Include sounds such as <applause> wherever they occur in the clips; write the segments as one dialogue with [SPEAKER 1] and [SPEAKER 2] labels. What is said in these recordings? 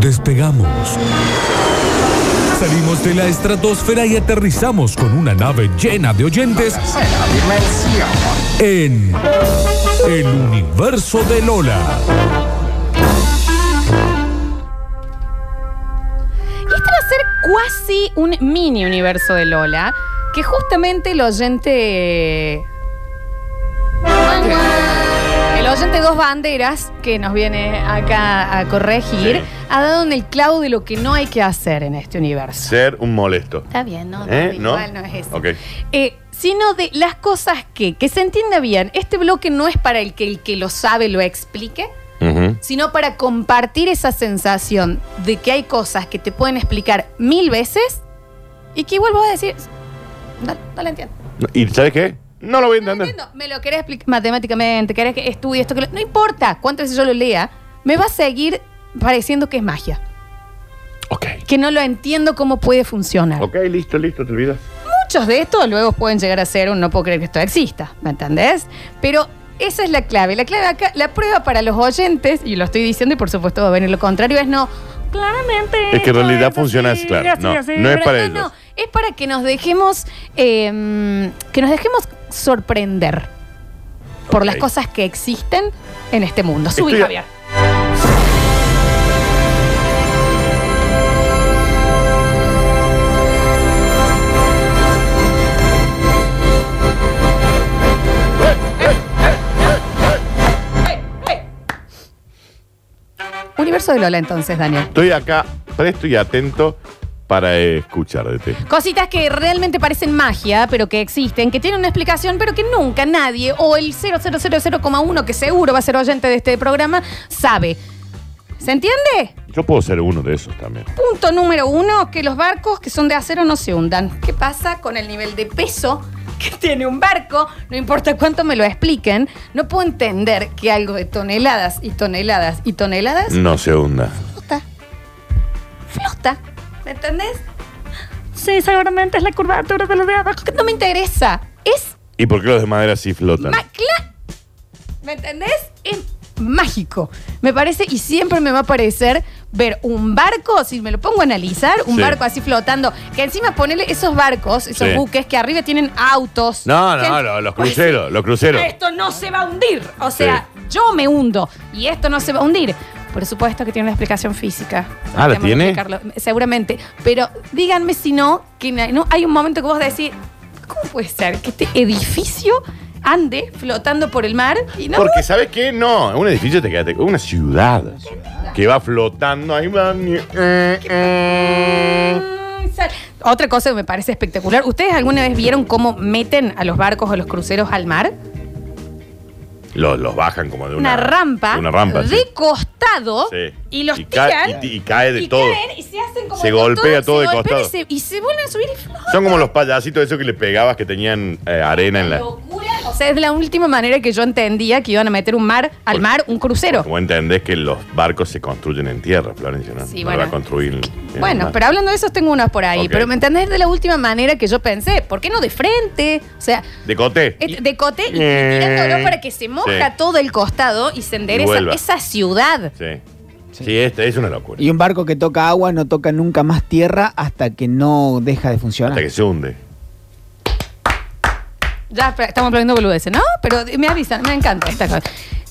[SPEAKER 1] Despegamos. Salimos de la estratosfera y aterrizamos con una nave llena de oyentes en el universo de Lola.
[SPEAKER 2] Y este va a ser casi un mini universo de Lola, que justamente el oyente... El oyente Dos Banderas, que nos viene acá a corregir,
[SPEAKER 3] Sí.
[SPEAKER 2] ha dado en el clavo de lo que no hay que hacer en este universo.
[SPEAKER 3] Ser un molesto.
[SPEAKER 2] Está bien, no,
[SPEAKER 3] ¿Eh?
[SPEAKER 2] no,
[SPEAKER 3] ¿No?
[SPEAKER 2] igual no es eso.
[SPEAKER 3] Ok.
[SPEAKER 2] Eh, sino de las cosas que, que se entienda bien, este bloque no es para el que el que lo sabe lo explique,
[SPEAKER 3] Ujú.
[SPEAKER 2] sino para compartir esa sensación de que hay cosas que te pueden explicar mil veces y que igual vos vas a decir, no, no la entiendo.
[SPEAKER 3] ¿Y sabes qué? No lo voy a
[SPEAKER 2] No la
[SPEAKER 3] entender.
[SPEAKER 2] entiendo. Me lo querés explicar matemáticamente, querés que estudie esto, que lo- no importa cuántas veces yo lo lea, me va a seguir pareciendo que es magia,
[SPEAKER 3] Ok.
[SPEAKER 2] que no lo entiendo cómo puede funcionar.
[SPEAKER 3] Ok, listo, listo, te olvidas.
[SPEAKER 2] Muchos de estos luego pueden llegar a ser un no puedo creer que esto exista, ¿me entendés? Pero esa es la clave. La clave acá, la prueba para los oyentes, y lo estoy diciendo y por supuesto va a venir lo contrario, es no. Claramente.
[SPEAKER 3] Es que en
[SPEAKER 2] esto
[SPEAKER 3] realidad
[SPEAKER 2] así,
[SPEAKER 3] funciona así, claro.
[SPEAKER 2] así,
[SPEAKER 3] No,
[SPEAKER 2] así,
[SPEAKER 3] no es
[SPEAKER 2] pero
[SPEAKER 3] para
[SPEAKER 2] no,
[SPEAKER 3] ellos.
[SPEAKER 2] no, es para que nos dejemos, eh, que nos dejemos sorprender por
[SPEAKER 3] Ok.
[SPEAKER 2] las cosas que existen en este mundo. Subí,
[SPEAKER 3] Estoy
[SPEAKER 2] Javier.
[SPEAKER 3] a-
[SPEAKER 2] Universo de Lola entonces, Daniel.
[SPEAKER 3] Estoy acá presto y atento para eh, escucharte.
[SPEAKER 2] Cositas que realmente parecen magia, pero que existen, que tienen una explicación, pero que nunca nadie, o el 000,1 que seguro va a ser oyente de este programa, sabe. ¿Se entiende?
[SPEAKER 3] Yo puedo ser uno de esos también.
[SPEAKER 2] Punto número uno, que los barcos que son de acero no se hundan. ¿Qué pasa con el nivel de peso que <laughs> tiene un barco? No importa cuánto me lo expliquen, no puedo entender que algo de toneladas y toneladas y toneladas
[SPEAKER 3] No se hunda.
[SPEAKER 2] flota. Flota. ¿Me entendés? Sí, seguramente es la curvatura de los de abajo que no me interesa. Es
[SPEAKER 3] ¿Y por qué los de madera sí flotan?
[SPEAKER 2] ma- cla- ¿Me entendés? Es mágico. Me parece y siempre me va a parecer ver un barco, si me lo pongo a analizar, un
[SPEAKER 3] Sí.
[SPEAKER 2] barco así flotando, que encima ponele esos barcos, esos
[SPEAKER 3] Sí.
[SPEAKER 2] buques que arriba tienen autos.
[SPEAKER 3] No,
[SPEAKER 2] Que-
[SPEAKER 3] no, no, los cruceros, los cruceros.
[SPEAKER 2] esto no se va a hundir. O sea, yo me hundo y esto no se va a hundir. Por supuesto que tiene una explicación física.
[SPEAKER 3] Ah, ¿la
[SPEAKER 2] Tenemos que
[SPEAKER 3] tiene?
[SPEAKER 2] explicarlo, Seguramente. Pero díganme si no, que na- no, hay un momento que vos decís, ¿cómo puede ser que este edificio ande flotando por el mar? Y no,
[SPEAKER 3] Porque, ¿sabes qué? No, un edificio te quedaste. Una ciudad que va flotando ahí. eh, Va, eh.
[SPEAKER 2] Mm, sal- Otra cosa que me parece espectacular, ¿ustedes alguna vez vieron cómo meten a los barcos o los cruceros al mar?
[SPEAKER 3] los, los bajan como de una,
[SPEAKER 2] una, rampa,
[SPEAKER 3] de Una rampa.
[SPEAKER 2] de
[SPEAKER 3] sí.
[SPEAKER 2] costado
[SPEAKER 3] Sí.
[SPEAKER 2] y los
[SPEAKER 3] Y
[SPEAKER 2] tiran
[SPEAKER 3] cae- y- y cae de
[SPEAKER 2] y
[SPEAKER 3] todo.
[SPEAKER 2] caen y se hacen como
[SPEAKER 3] Se
[SPEAKER 2] con
[SPEAKER 3] golpea todo
[SPEAKER 2] se
[SPEAKER 3] de
[SPEAKER 2] golpean
[SPEAKER 3] costado.
[SPEAKER 2] y se, y se vuelven a subir y ¡ah! flotan.
[SPEAKER 3] Son como los payasitos esos que le pegabas que tenían eh, arena en la.
[SPEAKER 2] locura. O sea, es la última manera que yo entendía que iban a meter un mar al
[SPEAKER 3] Por-
[SPEAKER 2] mar un crucero.
[SPEAKER 3] Vos entendés que los barcos se construyen en tierra, Florencia, ¿no?
[SPEAKER 2] Sí,
[SPEAKER 3] no
[SPEAKER 2] bueno.
[SPEAKER 3] la construir. en
[SPEAKER 2] Bueno,
[SPEAKER 3] mar.
[SPEAKER 2] pero hablando de esos tengo unos por ahí,
[SPEAKER 3] Ok.
[SPEAKER 2] pero me entendés de la última manera que yo pensé, ¿por qué no de frente? O sea,
[SPEAKER 3] ¿De coté?
[SPEAKER 2] Este, De cote y
[SPEAKER 3] Eh.
[SPEAKER 2] tirándolo para que se moja
[SPEAKER 3] Sí.
[SPEAKER 2] todo el costado y se endereza
[SPEAKER 3] vuelva.
[SPEAKER 2] esa ciudad.
[SPEAKER 3] Sí. Sí, este es una locura.
[SPEAKER 4] Y un barco que toca agua no toca nunca más tierra hasta que no deja de funcionar.
[SPEAKER 3] Hasta que se hunde.
[SPEAKER 2] Ya pero estamos hablando boludeces, ¿no? Pero me avisan, me encanta esta cosa.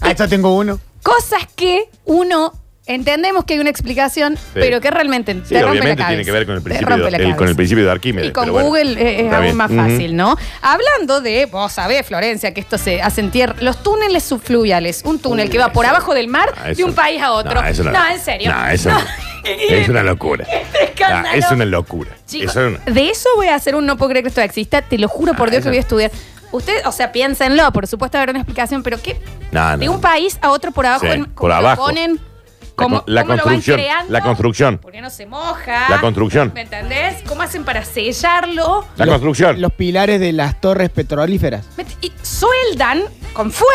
[SPEAKER 4] Ah, yo tengo uno.
[SPEAKER 2] Cosas que uno entendemos que hay una explicación, pero que realmente
[SPEAKER 3] Sí,
[SPEAKER 2] te rompe la
[SPEAKER 3] obviamente
[SPEAKER 2] cabeza.
[SPEAKER 3] tiene que ver con el
[SPEAKER 2] Te
[SPEAKER 3] principio,
[SPEAKER 2] rompe
[SPEAKER 3] de,
[SPEAKER 2] la
[SPEAKER 3] el- con
[SPEAKER 2] cabeza.
[SPEAKER 3] el principio de Arquímedes.
[SPEAKER 2] Y con
[SPEAKER 3] pero bueno,
[SPEAKER 2] Google eh, es
[SPEAKER 3] está
[SPEAKER 2] aún
[SPEAKER 3] bien.
[SPEAKER 2] más
[SPEAKER 3] Ujú.
[SPEAKER 2] fácil, ¿no? Hablando de, vos sabés, Florencia, que esto se hace en tierra, los túneles subfluviales, un túnel que va por
[SPEAKER 3] eso-
[SPEAKER 2] abajo del mar
[SPEAKER 3] Ah,
[SPEAKER 2] de
[SPEAKER 3] eso-
[SPEAKER 2] un país a otro.
[SPEAKER 3] No, eso no,
[SPEAKER 2] en serio. Este
[SPEAKER 3] No, eso
[SPEAKER 2] <laughs>
[SPEAKER 3] no. es una locura.
[SPEAKER 2] escándalo.
[SPEAKER 3] Ah, es una locura.
[SPEAKER 2] Chicos,
[SPEAKER 3] Eso es una-
[SPEAKER 2] de eso voy a hacer un no puedo creer que esto exista, te lo juro por
[SPEAKER 3] Ah,
[SPEAKER 2] Dios que
[SPEAKER 3] eso-
[SPEAKER 2] voy a estudiar. Usted, o sea, piénsenlo, por supuesto habrá una explicación, pero ¿qué?
[SPEAKER 3] No, no,
[SPEAKER 2] de un
[SPEAKER 3] no.
[SPEAKER 2] país a otro por abajo,
[SPEAKER 3] Sí,
[SPEAKER 2] en-
[SPEAKER 3] por
[SPEAKER 2] ¿cómo lo
[SPEAKER 3] abajo.
[SPEAKER 2] ponen?
[SPEAKER 3] La
[SPEAKER 2] ¿Cómo-
[SPEAKER 3] con- la
[SPEAKER 2] cómo lo van
[SPEAKER 3] construcción,
[SPEAKER 2] creando?
[SPEAKER 3] la construcción.
[SPEAKER 2] ¿Por qué no se moja?
[SPEAKER 3] La construcción.
[SPEAKER 2] ¿Me entendés? ¿Cómo hacen para sellarlo?
[SPEAKER 3] La
[SPEAKER 4] Los-
[SPEAKER 3] construcción.
[SPEAKER 4] Los pilares de las torres petrolíferas.
[SPEAKER 2] Me- Y sueldan con fuego.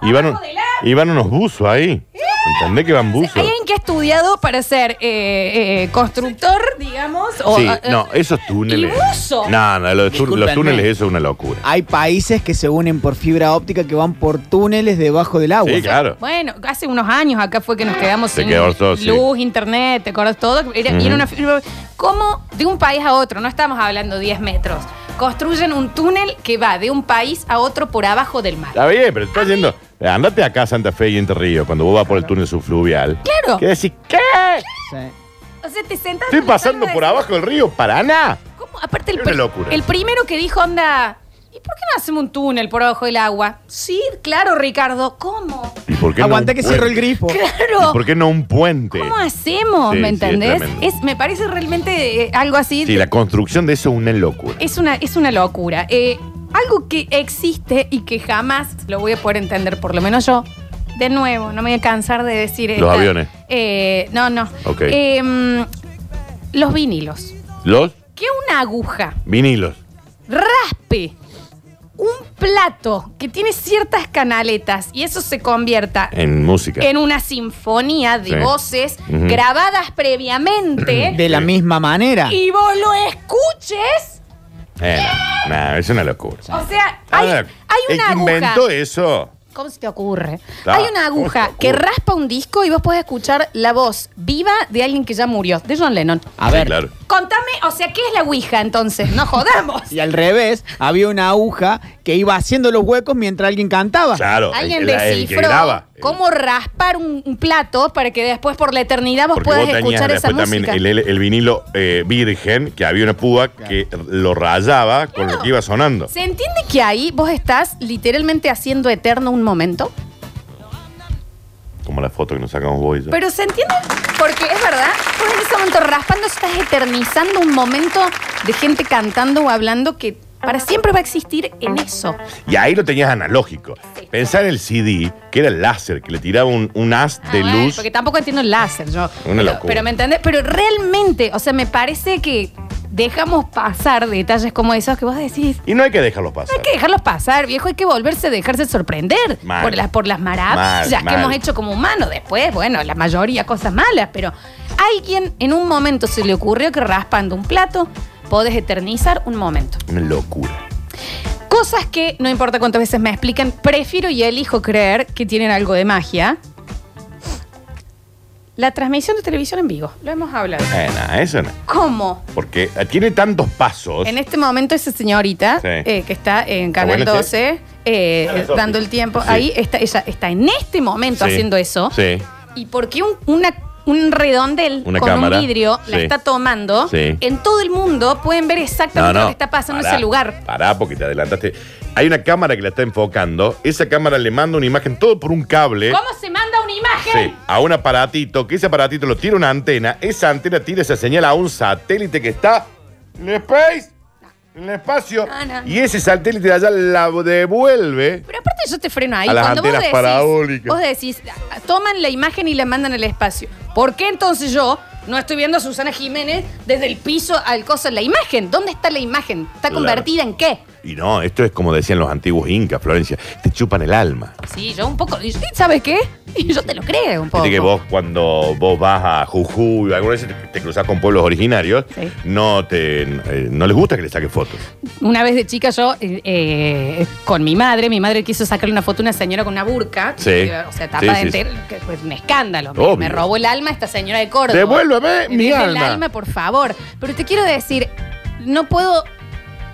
[SPEAKER 3] Y van,
[SPEAKER 2] abajo del agua.
[SPEAKER 3] y van unos buzos ahí. ¿Entendés que van buzos?
[SPEAKER 2] Hay alguien que ha estudiado para ser eh, eh, constructor, digamos. O,
[SPEAKER 3] Sí,
[SPEAKER 2] eh,
[SPEAKER 3] no, esos túneles.
[SPEAKER 2] ¿Y buzo?
[SPEAKER 3] No, no, los, tú- los
[SPEAKER 5] Discúlpenme.
[SPEAKER 3] túneles, eso es una locura.
[SPEAKER 4] Hay países que se unen por fibra óptica que van por túneles debajo del agua.
[SPEAKER 3] Sí, claro.
[SPEAKER 2] Bueno, hace unos años acá fue que nos quedamos
[SPEAKER 3] Se
[SPEAKER 2] sin
[SPEAKER 3] quedó todo, sí.
[SPEAKER 2] luz, internet, ¿te acuerdas todo? Era, y era
[SPEAKER 3] Ujú.
[SPEAKER 2] una fibra- ¿Cómo de un país a otro? No estamos hablando 10 metros. Construyen un túnel que va de un país a otro por abajo del mar.
[SPEAKER 3] Está bien, pero estás yendo. eh, Andate acá a Santa Fe y Entre Ríos cuando vos vas por el túnel subfluvial.
[SPEAKER 2] Claro.
[SPEAKER 3] ¿Qué decís? ¿Qué?
[SPEAKER 4] Sí.
[SPEAKER 2] O sea, te sentas.
[SPEAKER 3] Estoy
[SPEAKER 2] en la
[SPEAKER 3] pasando
[SPEAKER 2] palma
[SPEAKER 3] por
[SPEAKER 2] de-
[SPEAKER 3] abajo del río Paraná.
[SPEAKER 2] ¿Cómo? Aparte, el,
[SPEAKER 3] Era una
[SPEAKER 2] pri-
[SPEAKER 3] locura.
[SPEAKER 2] el primero que dijo, onda, ¿y por qué no hacemos un túnel por abajo del agua? Sí, claro, Ricardo, ¿cómo?
[SPEAKER 3] ¿Y por qué no
[SPEAKER 4] Aguanta
[SPEAKER 3] un
[SPEAKER 4] que
[SPEAKER 3] puente?
[SPEAKER 4] cerró el grifo.
[SPEAKER 3] ¿Y
[SPEAKER 2] Claro.
[SPEAKER 3] por qué no un puente?
[SPEAKER 2] ¿Cómo hacemos?
[SPEAKER 3] Sí,
[SPEAKER 2] ¿Me
[SPEAKER 3] sí, es
[SPEAKER 2] entendés?
[SPEAKER 3] tremendo.
[SPEAKER 2] Es, me parece realmente eh, algo así.
[SPEAKER 3] Sí, la construcción de eso es una locura.
[SPEAKER 2] es, una, es una locura. Eh, algo que existe y que jamás lo voy a poder entender, por lo menos yo. De nuevo, no me voy a cansar de decir
[SPEAKER 3] Los
[SPEAKER 2] esta-
[SPEAKER 3] aviones.
[SPEAKER 2] Eh, no, no.
[SPEAKER 3] Ok.
[SPEAKER 2] Eh, mm, los vinilos.
[SPEAKER 3] Los
[SPEAKER 2] Que una aguja
[SPEAKER 3] vinilos.
[SPEAKER 2] raspe un plato que tiene ciertas canaletas y eso se convierta
[SPEAKER 3] En música.
[SPEAKER 2] en una sinfonía de
[SPEAKER 3] Eh, Sí.
[SPEAKER 2] voces
[SPEAKER 3] Ujú.
[SPEAKER 2] grabadas previamente
[SPEAKER 4] De la misma manera.
[SPEAKER 2] y vos lo escuches.
[SPEAKER 3] Eh, no, no, es una locura.
[SPEAKER 2] O sea, hay,
[SPEAKER 3] Ah,
[SPEAKER 2] hay
[SPEAKER 3] el
[SPEAKER 2] una
[SPEAKER 3] que
[SPEAKER 2] aguja.
[SPEAKER 3] inventó eso.
[SPEAKER 2] ¿Cómo se te ocurre?
[SPEAKER 3] Ta,
[SPEAKER 2] Hay una aguja
[SPEAKER 3] ¿cómo se te
[SPEAKER 2] que
[SPEAKER 3] ocurre?
[SPEAKER 2] raspa un disco y vos podés escuchar la voz viva de alguien que ya murió, de John Lennon.
[SPEAKER 4] A
[SPEAKER 3] Sí,
[SPEAKER 4] ver.
[SPEAKER 3] claro.
[SPEAKER 2] Contame, o sea, ¿qué es la Ouija entonces? No jodamos.
[SPEAKER 4] Y al revés, había una aguja que iba haciendo los huecos mientras alguien
[SPEAKER 3] <laughs>
[SPEAKER 4] cantaba.
[SPEAKER 3] Claro. el-
[SPEAKER 2] Alguien
[SPEAKER 3] el- el que
[SPEAKER 2] descifró
[SPEAKER 3] graba.
[SPEAKER 2] cómo raspar un, un plato para que después por la eternidad vos
[SPEAKER 3] Porque
[SPEAKER 2] puedas
[SPEAKER 3] vos tenías
[SPEAKER 2] escuchar esa
[SPEAKER 3] después también
[SPEAKER 2] música.
[SPEAKER 3] el, el- el vinilo eh, virgen, que había una púa que lo rayaba con lo que iba sonando.
[SPEAKER 2] ¿Se entiende que ahí vos estás literalmente haciendo eterno un momento?
[SPEAKER 3] Como la foto que nos sacamos vos y yo.
[SPEAKER 2] Pero se entiende porque es verdad, vos en ese momento raspando estás eternizando un momento de gente cantando o hablando que para siempre va a existir en eso.
[SPEAKER 3] Y ahí lo tenías analógico. Pensá en el CD, que era el láser, que le tiraba un, un haz
[SPEAKER 2] Ah,
[SPEAKER 3] de
[SPEAKER 2] bueno,
[SPEAKER 3] luz.
[SPEAKER 2] Porque tampoco entiendo el láser yo.
[SPEAKER 3] Una
[SPEAKER 2] pero,
[SPEAKER 3] locura.
[SPEAKER 2] pero me entendés, pero realmente, o sea, me parece que dejamos pasar detalles como esos que vos decís,
[SPEAKER 3] Y no hay que dejarlos pasar.
[SPEAKER 2] Hay que dejarlos pasar, viejo. Hay que volverse a dejarse sorprender
[SPEAKER 3] Mal.
[SPEAKER 2] por las, por las maravillas
[SPEAKER 3] Mal,
[SPEAKER 2] que
[SPEAKER 3] mal.
[SPEAKER 2] hemos hecho como humanos. Después, bueno, la mayoría cosas malas, pero alguien en un momento se le ocurrió que raspando un plato podés eternizar un momento.
[SPEAKER 3] Una locura.
[SPEAKER 2] Cosas que, no importa cuántas veces me explican, prefiero y elijo creer que tienen algo de magia. La transmisión de televisión en vivo. Lo hemos hablado.
[SPEAKER 3] Eh, no, eso no.
[SPEAKER 2] ¿Cómo?
[SPEAKER 3] Porque eh, tiene tantos pasos.
[SPEAKER 2] En este momento esa señorita
[SPEAKER 3] Sí.
[SPEAKER 2] eh, que está en Canal
[SPEAKER 3] bueno este?
[SPEAKER 2] 12 eh,
[SPEAKER 3] Canal 12.
[SPEAKER 2] dando el tiempo,
[SPEAKER 3] Sí.
[SPEAKER 2] ahí está, ella está en este momento
[SPEAKER 3] Sí.
[SPEAKER 2] haciendo eso.
[SPEAKER 3] Sí.
[SPEAKER 2] ¿Y por qué un, una- un redondel
[SPEAKER 3] Una
[SPEAKER 2] con
[SPEAKER 3] cámara.
[SPEAKER 2] un vidrio la
[SPEAKER 3] Sí.
[SPEAKER 2] está tomando?
[SPEAKER 3] Sí.
[SPEAKER 2] En todo el mundo pueden ver exactamente lo que está pasando en
[SPEAKER 3] Pará,
[SPEAKER 2] ese lugar.
[SPEAKER 3] Pará, porque te adelantaste. Hay una cámara que la está enfocando. Esa cámara le manda una imagen todo por un cable.
[SPEAKER 2] ¿Cómo se manda una imagen?
[SPEAKER 3] Eh. Sí, a un aparatito, que ese aparatito lo tira una antena, esa antena tira esa señal a un satélite que está en el space, en el espacio,
[SPEAKER 2] No, no.
[SPEAKER 3] y ese satélite de allá la devuelve.
[SPEAKER 2] Pero aparte yo te freno ahí.
[SPEAKER 3] A las
[SPEAKER 2] Cuando vos
[SPEAKER 3] antenas
[SPEAKER 2] decís,
[SPEAKER 3] parabólicas.
[SPEAKER 2] vos decís, ah, toman la imagen y la mandan al espacio. ¿Por qué entonces yo no estoy viendo a Susana Jiménez desde el piso al coso la imagen? ¿Dónde está la imagen? ¿Está
[SPEAKER 3] Claro.
[SPEAKER 2] convertida en qué?
[SPEAKER 3] Y no, esto es como decían los antiguos incas, Florencia, te chupan el alma.
[SPEAKER 2] Sí, yo un poco. y- ¿Sabes qué? Y yo te lo creo un poco.
[SPEAKER 3] Viste que vos cuando vos vas a Jujuy o alguna vez te, te cruzás con pueblos originarios,
[SPEAKER 2] Sí.
[SPEAKER 3] no te eh, no les gusta que le saques fotos.
[SPEAKER 2] Una vez de chica yo, eh, eh, con mi madre, mi madre quiso sacarle una foto a una señora con una burca.
[SPEAKER 3] Sí.
[SPEAKER 2] que, o sea, tapa
[SPEAKER 3] Sí,
[SPEAKER 2] de
[SPEAKER 3] sí,
[SPEAKER 2] entero, que fue un escándalo. Me-
[SPEAKER 3] Obvio.
[SPEAKER 2] Me robó el alma esta señora de Córdoba. <laughs>
[SPEAKER 3] Devuélveme mi
[SPEAKER 2] Desde
[SPEAKER 3] alma.
[SPEAKER 2] El alma, por favor. Pero te quiero decir, no puedo.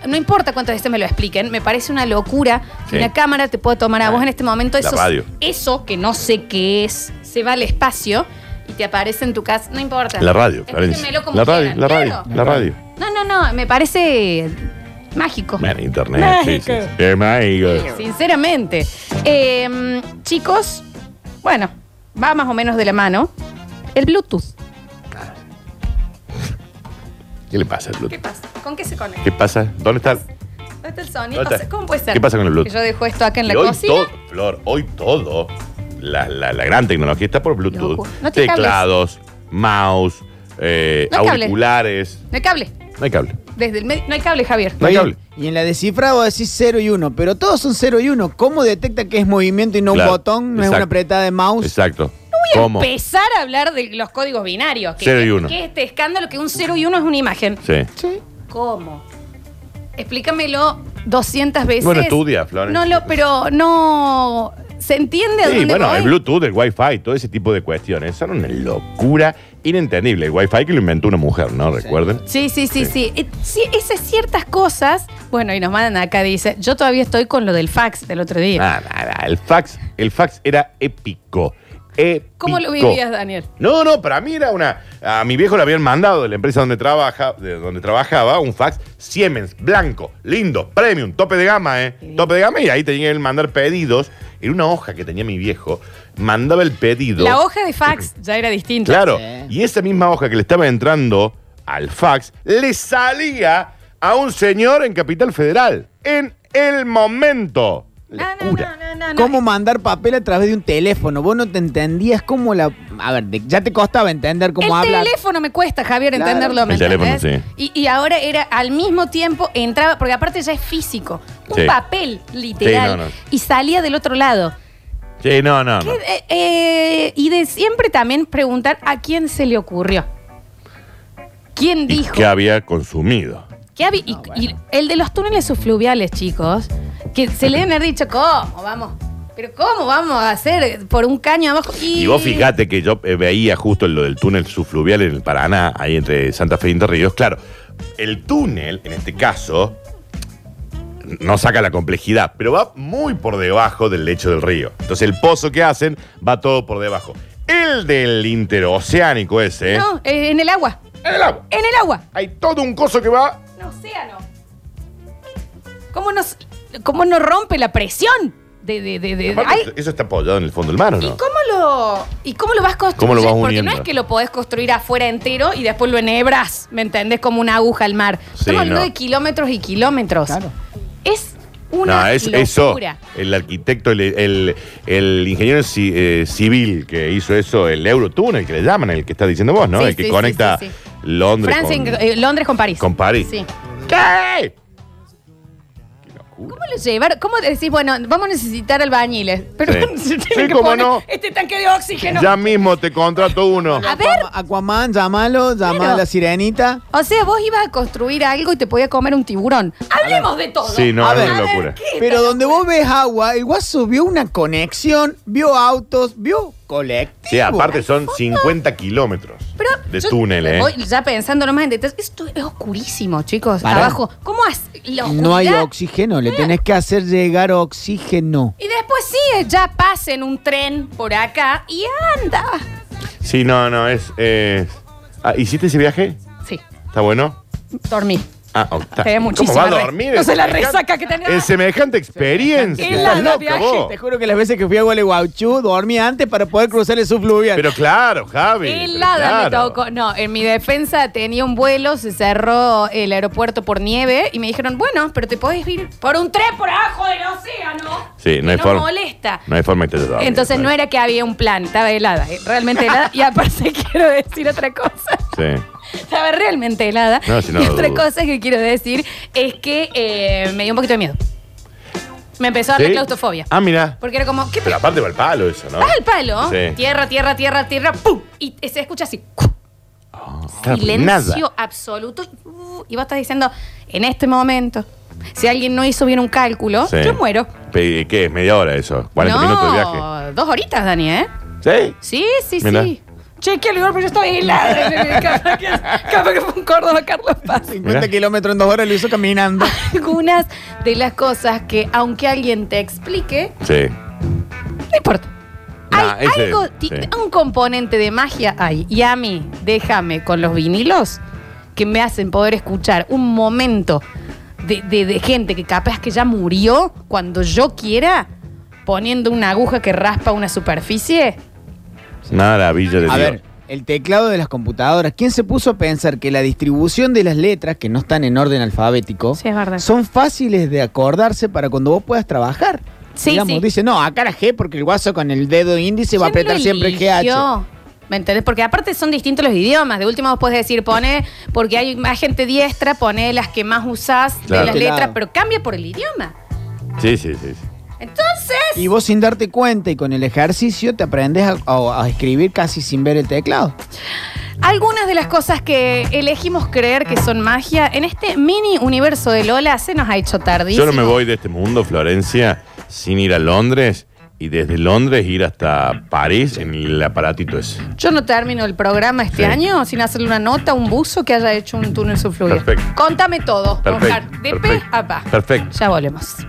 [SPEAKER 2] No importa cuántas veces me lo expliquen, me parece una locura que
[SPEAKER 3] Sí.
[SPEAKER 2] una cámara te pueda tomar a
[SPEAKER 3] Ah,
[SPEAKER 2] vos en este momento.
[SPEAKER 3] la
[SPEAKER 2] Eso,
[SPEAKER 3] radio.
[SPEAKER 2] eso que no sé qué es, se va al espacio y te aparece en tu casa. No importa.
[SPEAKER 3] La radio, Florencia.
[SPEAKER 2] Explíquemelo como
[SPEAKER 3] La radio,
[SPEAKER 2] quieran,
[SPEAKER 3] la
[SPEAKER 2] claro.
[SPEAKER 3] radio, la radio.
[SPEAKER 2] No, no, no, me parece mágico.
[SPEAKER 3] Man, internet, sí, sí,
[SPEAKER 2] Mágico.
[SPEAKER 3] sí. Qué mágico.
[SPEAKER 2] Sinceramente. Eh, chicos, bueno, va más o menos de la mano. El Bluetooth.
[SPEAKER 3] ¿Qué le pasa al Bluetooth?
[SPEAKER 2] ¿Qué pasa? ¿Con qué se conecta?
[SPEAKER 3] ¿Qué pasa? ¿Dónde está?
[SPEAKER 2] ¿Dónde está el sonido?
[SPEAKER 3] ¿Dónde está?
[SPEAKER 2] O sea, ¿Cómo puede ser?
[SPEAKER 3] ¿Qué pasa con el Bluetooth?
[SPEAKER 2] Que Yo dejo esto acá en la
[SPEAKER 3] Y hoy
[SPEAKER 2] cocina.
[SPEAKER 3] todo, Flor, hoy todo, la, la- la gran tecnología está por Bluetooth.
[SPEAKER 2] Loco. No tiene
[SPEAKER 3] Teclados, mouse, eh,
[SPEAKER 2] No hay cable.
[SPEAKER 3] auriculares.
[SPEAKER 2] No hay cable.
[SPEAKER 3] No hay cable.
[SPEAKER 2] Desde el medio. No hay cable, Javier.
[SPEAKER 3] No hay
[SPEAKER 4] Oye,
[SPEAKER 3] cable.
[SPEAKER 4] Y en la descifra vos decís 0 y 1, pero todos son 0 y 1. ¿Cómo detecta que es movimiento y no
[SPEAKER 3] Claro,
[SPEAKER 4] un botón, no es
[SPEAKER 3] exacto.
[SPEAKER 4] una apretada de mouse?
[SPEAKER 3] Exacto.
[SPEAKER 2] Voy voy a
[SPEAKER 3] ¿Cómo?
[SPEAKER 2] empezar a hablar de los códigos binarios. Que,
[SPEAKER 3] Cero y uno.
[SPEAKER 2] Que este escándalo que un 0 y 1 es una imagen.
[SPEAKER 3] Sí.
[SPEAKER 2] ¿Cómo? Explícamelo 200 veces.
[SPEAKER 3] Bueno, estudia, Florencia.
[SPEAKER 2] No lo, pero no. ¿Se entiende a
[SPEAKER 3] Sí,
[SPEAKER 2] dónde
[SPEAKER 3] bueno,
[SPEAKER 2] voy?
[SPEAKER 3] el Bluetooth, el Wi-Fi, todo ese tipo de cuestiones son una locura inentendible. El Wi-Fi que lo inventó una mujer, ¿no? ¿Recuerden?
[SPEAKER 2] Sí, sí, sí, sí. Eh, sí, esas ciertas cosas. Bueno, y nos mandan acá, dice. Yo todavía estoy con lo del fax del otro día.
[SPEAKER 3] Ah, ah, ah, el fax, el fax era épico. épico.
[SPEAKER 2] ¿Cómo lo vivías, Daniel?
[SPEAKER 3] No, no, para mí era una. A mi viejo le habían mandado de la empresa donde trabaja, de donde trabajaba, un fax Siemens, blanco, lindo, premium, tope de gama, ¿eh? Tope de gama, y ahí tenía que mandar pedidos. Era una hoja que tenía mi viejo. Mandaba el pedido.
[SPEAKER 2] La hoja de fax ya era distinta.
[SPEAKER 3] Claro.
[SPEAKER 4] Sí.
[SPEAKER 3] Y esa misma hoja que le estaba entrando al fax le salía a un señor en Capital Federal. En el momento.
[SPEAKER 2] No, Ah, no,
[SPEAKER 3] Locura.
[SPEAKER 2] no, no, no, no.
[SPEAKER 4] ¿Cómo mandar papel a través de un teléfono? Vos no te entendías cómo la. A ver, de- ya te costaba entender cómo
[SPEAKER 2] el
[SPEAKER 4] habla.
[SPEAKER 2] teléfono me cuesta, Javier,
[SPEAKER 4] Claro.
[SPEAKER 2] entenderlo. ¿me
[SPEAKER 3] El teléfono,
[SPEAKER 2] entendés? Y, y ahora era al mismo tiempo entraba, porque aparte ya es físico, un
[SPEAKER 3] Sí.
[SPEAKER 2] papel literal,
[SPEAKER 3] Sí, no, no.
[SPEAKER 2] y salía del otro lado.
[SPEAKER 3] Sí, no, no, no.
[SPEAKER 2] Eh, eh, y de siempre también preguntar a quién se le ocurrió. ¿Quién
[SPEAKER 3] Y
[SPEAKER 2] dijo?
[SPEAKER 3] que había consumido.
[SPEAKER 2] ¿Qué había- y- y el de los túneles subfluviales, chicos, que se le deben haber dicho, ¿cómo vamos? Pero ¿cómo vamos a hacer por un caño abajo?
[SPEAKER 3] Y vos fijate que yo eh, veía justo lo del túnel subfluvial en el Paraná, ahí entre Santa Fe y Entre Ríos. Claro, el túnel, en este caso, no saca la complejidad, pero va muy por debajo del lecho del río. Entonces el pozo que hacen va todo por debajo. El del interoceánico ese,
[SPEAKER 2] No, eh, en el agua,
[SPEAKER 3] en el agua.
[SPEAKER 2] en el agua.
[SPEAKER 3] Hay todo un coso que va.
[SPEAKER 2] Un océano. ¿Cómo nos, cómo nos rompe la presión? De, de, de, de-
[SPEAKER 3] Aparte,
[SPEAKER 2] ay,
[SPEAKER 3] Eso está apoyado en el fondo del mar, ¿o
[SPEAKER 2] ¿Y
[SPEAKER 3] no?
[SPEAKER 2] cómo lo, y cómo lo vas
[SPEAKER 3] ¿Cómo
[SPEAKER 2] construyendo?
[SPEAKER 3] lo vas
[SPEAKER 2] Porque no
[SPEAKER 3] uniendo?
[SPEAKER 2] es que lo podés construir afuera entero y después lo enhebras, ¿me entendés? Como una aguja al mar.
[SPEAKER 3] Sí,
[SPEAKER 2] Estamos hablando
[SPEAKER 3] no.
[SPEAKER 2] de kilómetros y kilómetros.
[SPEAKER 4] Claro.
[SPEAKER 2] Es
[SPEAKER 3] No,
[SPEAKER 2] una
[SPEAKER 3] es eso.
[SPEAKER 2] locura.
[SPEAKER 3] El arquitecto, el, el- el ingeniero ci- eh, civil que hizo eso, el Eurotúnel, que le llaman, el que estás diciendo vos, ¿no?
[SPEAKER 2] Sí,
[SPEAKER 3] el que
[SPEAKER 2] sí,
[SPEAKER 3] conecta
[SPEAKER 2] sí, sí,
[SPEAKER 3] Londres
[SPEAKER 2] Francia,
[SPEAKER 3] con,
[SPEAKER 2] en- eh, Londres con París.
[SPEAKER 3] con París.
[SPEAKER 2] Sí.
[SPEAKER 3] ¿Qué? Qué locura.
[SPEAKER 2] ¿Cómo lo llevar? ¿Cómo decís, bueno, vamos a necesitar albañiles? Pero
[SPEAKER 3] Sí.
[SPEAKER 2] <laughs> se tiene que
[SPEAKER 3] Sí, cómo
[SPEAKER 2] poner
[SPEAKER 3] no.
[SPEAKER 2] este tanque de oxígeno.
[SPEAKER 3] Ya mismo te contrato uno.
[SPEAKER 2] A ver.
[SPEAKER 4] Aquaman, llámalo, llama
[SPEAKER 2] Claro.
[SPEAKER 4] a la sirenita.
[SPEAKER 2] O sea, vos ibas a construir algo y te podía comer un tiburón. Hablemos de todo.
[SPEAKER 3] Sí, no,
[SPEAKER 4] A
[SPEAKER 3] es
[SPEAKER 4] ver.
[SPEAKER 3] una
[SPEAKER 4] A ver,
[SPEAKER 3] locura.
[SPEAKER 2] ¿qué?
[SPEAKER 4] Pero donde vos ves agua, el guaso vio una conexión, vio autos, vio colectivo.
[SPEAKER 3] Sí, aparte son 50 kilómetros
[SPEAKER 2] Pero
[SPEAKER 3] de
[SPEAKER 2] yo
[SPEAKER 3] túnel, ¿eh?
[SPEAKER 2] voy ya pensándolo más en detalle, esto es oscurísimo, chicos.
[SPEAKER 4] Pará.
[SPEAKER 2] Abajo. ¿Cómo has, la
[SPEAKER 4] No hay
[SPEAKER 2] oscuridad?
[SPEAKER 4] oxígeno, le tenés que hacer llegar oxígeno.
[SPEAKER 2] Y después sí, ya pasa en un tren por acá y anda.
[SPEAKER 3] Sí, no, no, es. es- Ah, ¿Hiciste ese viaje?
[SPEAKER 2] Sí,
[SPEAKER 3] ¿Está bueno?
[SPEAKER 2] dormí.
[SPEAKER 3] Ah, oh, está.
[SPEAKER 2] Te da
[SPEAKER 3] ¿Cómo
[SPEAKER 2] muchísima
[SPEAKER 3] va a
[SPEAKER 2] re-
[SPEAKER 3] dormir?
[SPEAKER 2] No
[SPEAKER 3] en
[SPEAKER 2] sé la
[SPEAKER 3] semejante-
[SPEAKER 2] resaca que tenía.
[SPEAKER 3] En semejante experiencia.
[SPEAKER 2] En la
[SPEAKER 3] Estás
[SPEAKER 2] de
[SPEAKER 3] loca
[SPEAKER 2] viaje,
[SPEAKER 3] vos.
[SPEAKER 4] Te juro que las veces que fui a Gualeguaychú dormí antes para poder cruzar el subfluvial.
[SPEAKER 3] Pero claro, Javi. pero
[SPEAKER 2] Helada me
[SPEAKER 3] claro.
[SPEAKER 2] tocó. No, en mi defensa tenía un vuelo, se cerró el aeropuerto por nieve y me dijeron, bueno, pero te podés ir por un tren por abajo del océano.
[SPEAKER 3] Sí, no
[SPEAKER 2] que
[SPEAKER 3] hay forma.
[SPEAKER 2] molesta.
[SPEAKER 3] No hay forma que te lo
[SPEAKER 2] Entonces no era que había un plan, estaba helada, eh, realmente helada. Y aparte <laughs> quiero decir otra cosa.
[SPEAKER 3] Sí.
[SPEAKER 2] Estaba realmente helada.
[SPEAKER 3] No, si no
[SPEAKER 2] y
[SPEAKER 3] lo
[SPEAKER 2] otra
[SPEAKER 3] dudo.
[SPEAKER 2] cosa que quiero decir es que eh, me dio un poquito de miedo. Me empezó a dar
[SPEAKER 3] ¿Sí?
[SPEAKER 2] la claustrofobia.
[SPEAKER 3] Ah, mira.
[SPEAKER 2] Porque era como, ¿qué
[SPEAKER 3] Pero
[SPEAKER 2] pasa?
[SPEAKER 3] aparte va el palo eso, ¿no?
[SPEAKER 2] Vas al palo,
[SPEAKER 3] Sí.
[SPEAKER 2] tierra, tierra, tierra, tierra, ¡pum! Y se escucha así.
[SPEAKER 3] Claro,
[SPEAKER 2] Silencio
[SPEAKER 3] Nada.
[SPEAKER 2] absoluto. Uh, y vos estás diciendo, en este momento, si alguien no hizo bien un cálculo,
[SPEAKER 3] Sí.
[SPEAKER 2] Oh, yo muero.
[SPEAKER 3] Pe- ¿Qué? ¿Media hora eso? ¿40
[SPEAKER 2] no,
[SPEAKER 3] minutos de viaje?
[SPEAKER 2] dos horitas, Dani, ¿eh?
[SPEAKER 3] ¿Sí?
[SPEAKER 2] Sí, sí,
[SPEAKER 3] Mirá.
[SPEAKER 2] sí. Che, qué lugar, pero yo estaba helada. <laughs> capaz, que, capaz que fue un Córdoba, Carlos Paz.
[SPEAKER 4] 50
[SPEAKER 3] Mirá.
[SPEAKER 4] kilómetros en dos horas lo hizo caminando.
[SPEAKER 2] Algunas de las cosas que, aunque alguien te explique,
[SPEAKER 3] Sí.
[SPEAKER 2] no importa.
[SPEAKER 3] Nah,
[SPEAKER 2] hay
[SPEAKER 3] ese-
[SPEAKER 2] algo, ti-
[SPEAKER 3] sí.
[SPEAKER 2] un componente de magia hay. Y a mí, déjame con los vinilos que me hacen poder escuchar un momento de, de- de gente que capaz que ya murió cuando yo quiera, poniendo una aguja que raspa una superficie.
[SPEAKER 3] Maravilla de Dios.
[SPEAKER 4] A ver, el teclado de las computadoras. ¿Quién se puso a pensar que la distribución de las letras, que no están en orden alfabético,
[SPEAKER 2] Sí, es verdad.
[SPEAKER 4] son fáciles de acordarse para cuando vos puedas trabajar?
[SPEAKER 2] Sí,
[SPEAKER 4] Digamos,
[SPEAKER 2] sí.
[SPEAKER 4] dice, no, acá la G porque el guaso con el dedo índice va a
[SPEAKER 2] ¿Quién lo
[SPEAKER 4] apretar siempre GH.
[SPEAKER 2] eligió? ¿Me entendés? Porque aparte son distintos los idiomas. De último vos podés decir, pone, porque hay más gente diestra, pone las que más usás
[SPEAKER 3] Claro.
[SPEAKER 2] de las
[SPEAKER 4] Claro.
[SPEAKER 2] letras, pero cambia por el idioma.
[SPEAKER 3] Sí, sí, sí. sí.
[SPEAKER 2] Entonces, es.
[SPEAKER 4] Y vos sin darte cuenta y con el ejercicio te aprendes a, a- a escribir casi sin ver el teclado.
[SPEAKER 2] Algunas de las cosas que elegimos creer que son magia, en este mini universo de Lola se nos ha hecho tardísimo.
[SPEAKER 3] Yo no me voy de este mundo, Florencia, sin ir a Londres y desde Londres ir hasta París en el aparatito ese.
[SPEAKER 2] Yo no termino el programa este
[SPEAKER 3] Sí.
[SPEAKER 2] año sin hacerle una nota, un buzo que haya hecho un túnel subfluvial.
[SPEAKER 3] Perfecto.
[SPEAKER 2] Contame todo, Oscar.
[SPEAKER 3] Perfecto.
[SPEAKER 2] De pe
[SPEAKER 3] perfecto,
[SPEAKER 2] a pa.
[SPEAKER 3] Perfecto.
[SPEAKER 2] Ya volvemos.